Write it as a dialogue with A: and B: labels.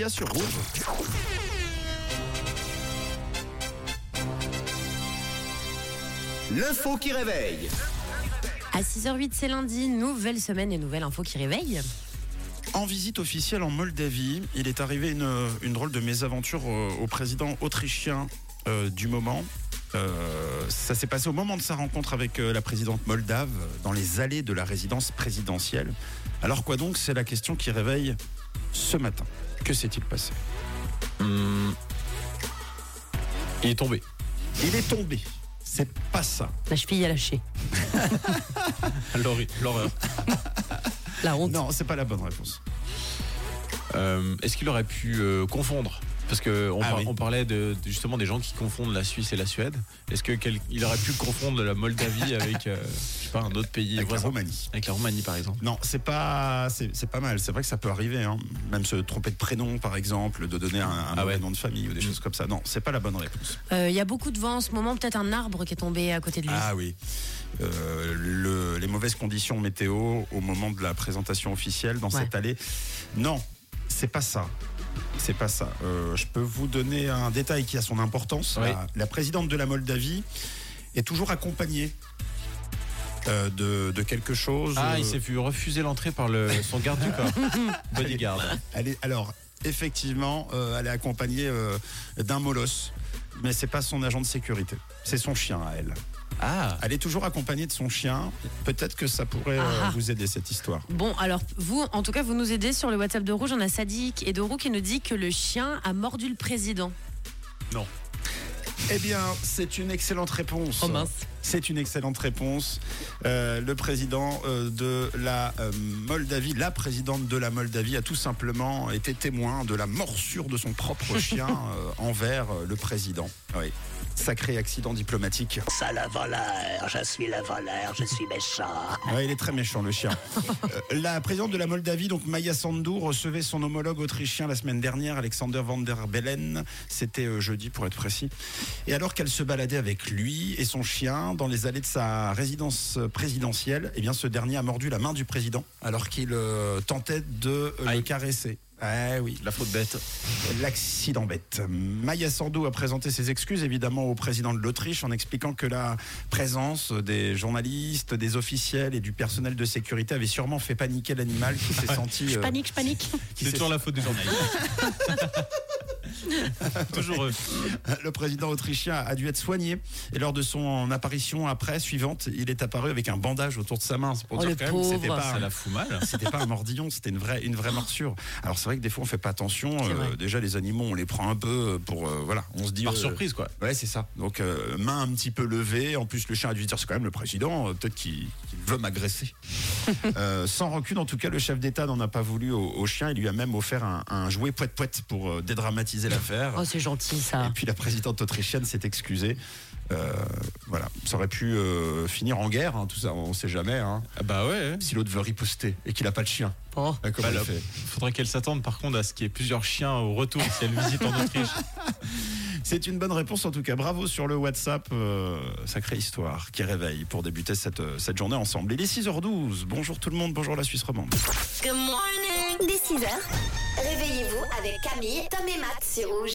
A: Il y a sur Rouge. L'info qui réveille.
B: À 6h08, c'est lundi, nouvelle semaine et nouvelle info qui réveille.
A: En visite officielle en Moldavie, il est arrivé une, une drôle de mésaventure euh, au président autrichien euh, du moment. Euh, ça s'est passé au moment de sa rencontre avec euh, la présidente moldave euh, dans les allées de la résidence présidentielle. Alors quoi donc C'est la question qui réveille ce matin. Que s'est-il passé
C: Hmm. Il est tombé.
A: Il est tombé. C'est pas ça.
B: La cheville a lâché.
C: L'horri- L'horreur.
B: La honte.
A: Non, c'est pas la bonne réponse.
C: Euh, Est-ce qu'il aurait pu euh, confondre Parce que on,
A: Ah
C: par-
A: oui.
C: on parlait de, de- justement des gens qui confondent la Suisse et la Suède. Est-ce que quel- il aurait pu confondre la Moldavie avec euh, je sais pas un autre pays
A: Avec la
C: voisin
A: Roumanie.
C: Avec la Roumanie par exemple.
A: Non, c'est pas, c'est c'est pas mal. C'est vrai que ça peut arriver, hein. même se tromper de prénom, par exemple, de donner un, un
C: Ah ouais.
A: nom de famille ou des
C: Mm.
A: choses comme ça. Non, c'est pas la bonne réponse.
B: Euh, Il y a beaucoup de vent en ce moment, peut-être un arbre qui est tombé à côté de lui.
A: Ah oui, Euh, le- les mauvaises conditions météo au moment de la présentation officielle dans
B: Ouais.
A: cette allée. Non, c'est pas ça. C'est pas ça. Euh, je peux vous donner un détail qui a son importance.
C: Oui.
A: La, la présidente de la Moldavie est toujours accompagnée euh, de, de quelque chose.
C: Ah, il
A: euh,
C: s'est vu refuser l'entrée par le, son garde du corps. Bodyguard.
A: Elle est- alors, effectivement, euh, elle est accompagnée euh, d'un molosse. Mais c'est pas son agent de sécurité, c'est son chien à elle.
C: Ah,
A: Elle est toujours accompagnée de son chien. Peut-être que ça pourrait euh,
B: Ah.
A: vous aider cette histoire.
B: Bon, alors vous, en tout cas, vous nous aidez sur le WhatsApp de Rouge. On a Sadik et Doro qui nous dit que le chien a mordu le président.
A: Eh bien, c'est une excellente
B: Oh,
A: réponse. C'est une excellente réponse. Euh, le président euh, de la euh, Moldavie, la présidente de la Moldavie, a tout simplement été témoin de la morsure de son propre chien euh, envers euh, le président. Oui. Sacré accident diplomatique.
D: Sale voleur, je suis le voleur, je suis méchant.
A: Ouais, il est très méchant, le chien. Euh, la présidente de la Moldavie, donc Maya Sandu, recevait son homologue autrichien la semaine dernière, Alexander van der Bellen. C'était euh, jeudi, pour être précis. Et alors qu'elle se baladait avec lui et son chien dans les allées de sa résidence euh, présidentielle, eh bien, ce dernier a mordu la main du président alors qu'il euh, tentait de euh, le
C: Aïe.
A: caresser. Ah oui,
C: la faute bête.
A: L'accident bête. Maya Sandu a présenté ses excuses évidemment au président de l'Autriche en expliquant que la présence des journalistes, des officiels et du personnel de sécurité avait sûrement fait paniquer l'animal qui s'est senti.
B: Je
A: euh,
B: panique, je panique.
A: qui
C: C'est
A: s'est-
C: toujours la faute des journalistes. toujours eux.
A: Le président autrichien a dû être soigné et lors de son apparition après suivante, il est apparu avec un bandage autour de sa main. C'est pour
B: Oh,
A: dire
B: le
A: quand même que c'était
B: pauvre.
A: pas
C: Ça la fout mal.
A: c'était pas un mordillon, c'était une vraie, une vraie morsure. Alors c'est vrai que des fois on fait pas attention. Euh,
B: C'est vrai.
A: déjà les animaux, on les prend un peu pour euh, voilà, on se dit
C: Par
A: euh,
C: surprise quoi.
A: Ouais, c'est ça. Donc, euh, main un petit peu levée. En plus, le chien a dû se dire c'est quand même le président, euh, peut-être qu'il qu'il veut m'agresser. Euh, sans rancune, en tout cas, le chef d'État n'en a pas voulu au, au chien. Il lui a même offert un, un jouet poète-poète pour euh, dédramatiser l'affaire.
B: Oh, c'est gentil
A: Et
B: ça.
A: puis, la présidente autrichienne s'est excusée. Euh, voilà, ça aurait pu euh, finir en guerre, hein, tout ça, on sait jamais. hein.
C: Ah bah ouais.
A: Si l'autre veut riposter et qu'il n'a pas de chien,
B: Oh.
A: hein, comment
C: Bah,
A: il
C: là,
A: fait
C: faudrait qu'elle s'attende par contre à ce qu'il y ait plusieurs chiens au retour si elle visite en Autriche.
A: C'est une bonne réponse en tout cas. Bravo sur le WhatsApp. euh, sacrée histoire qui réveille pour débuter cette, euh, cette journée ensemble. Il est 6h12. Bonjour tout le monde. Bonjour la Suisse romande.
E: Dès 6h, réveillez-vous avec Camille, Tom et Matt sur Rouge.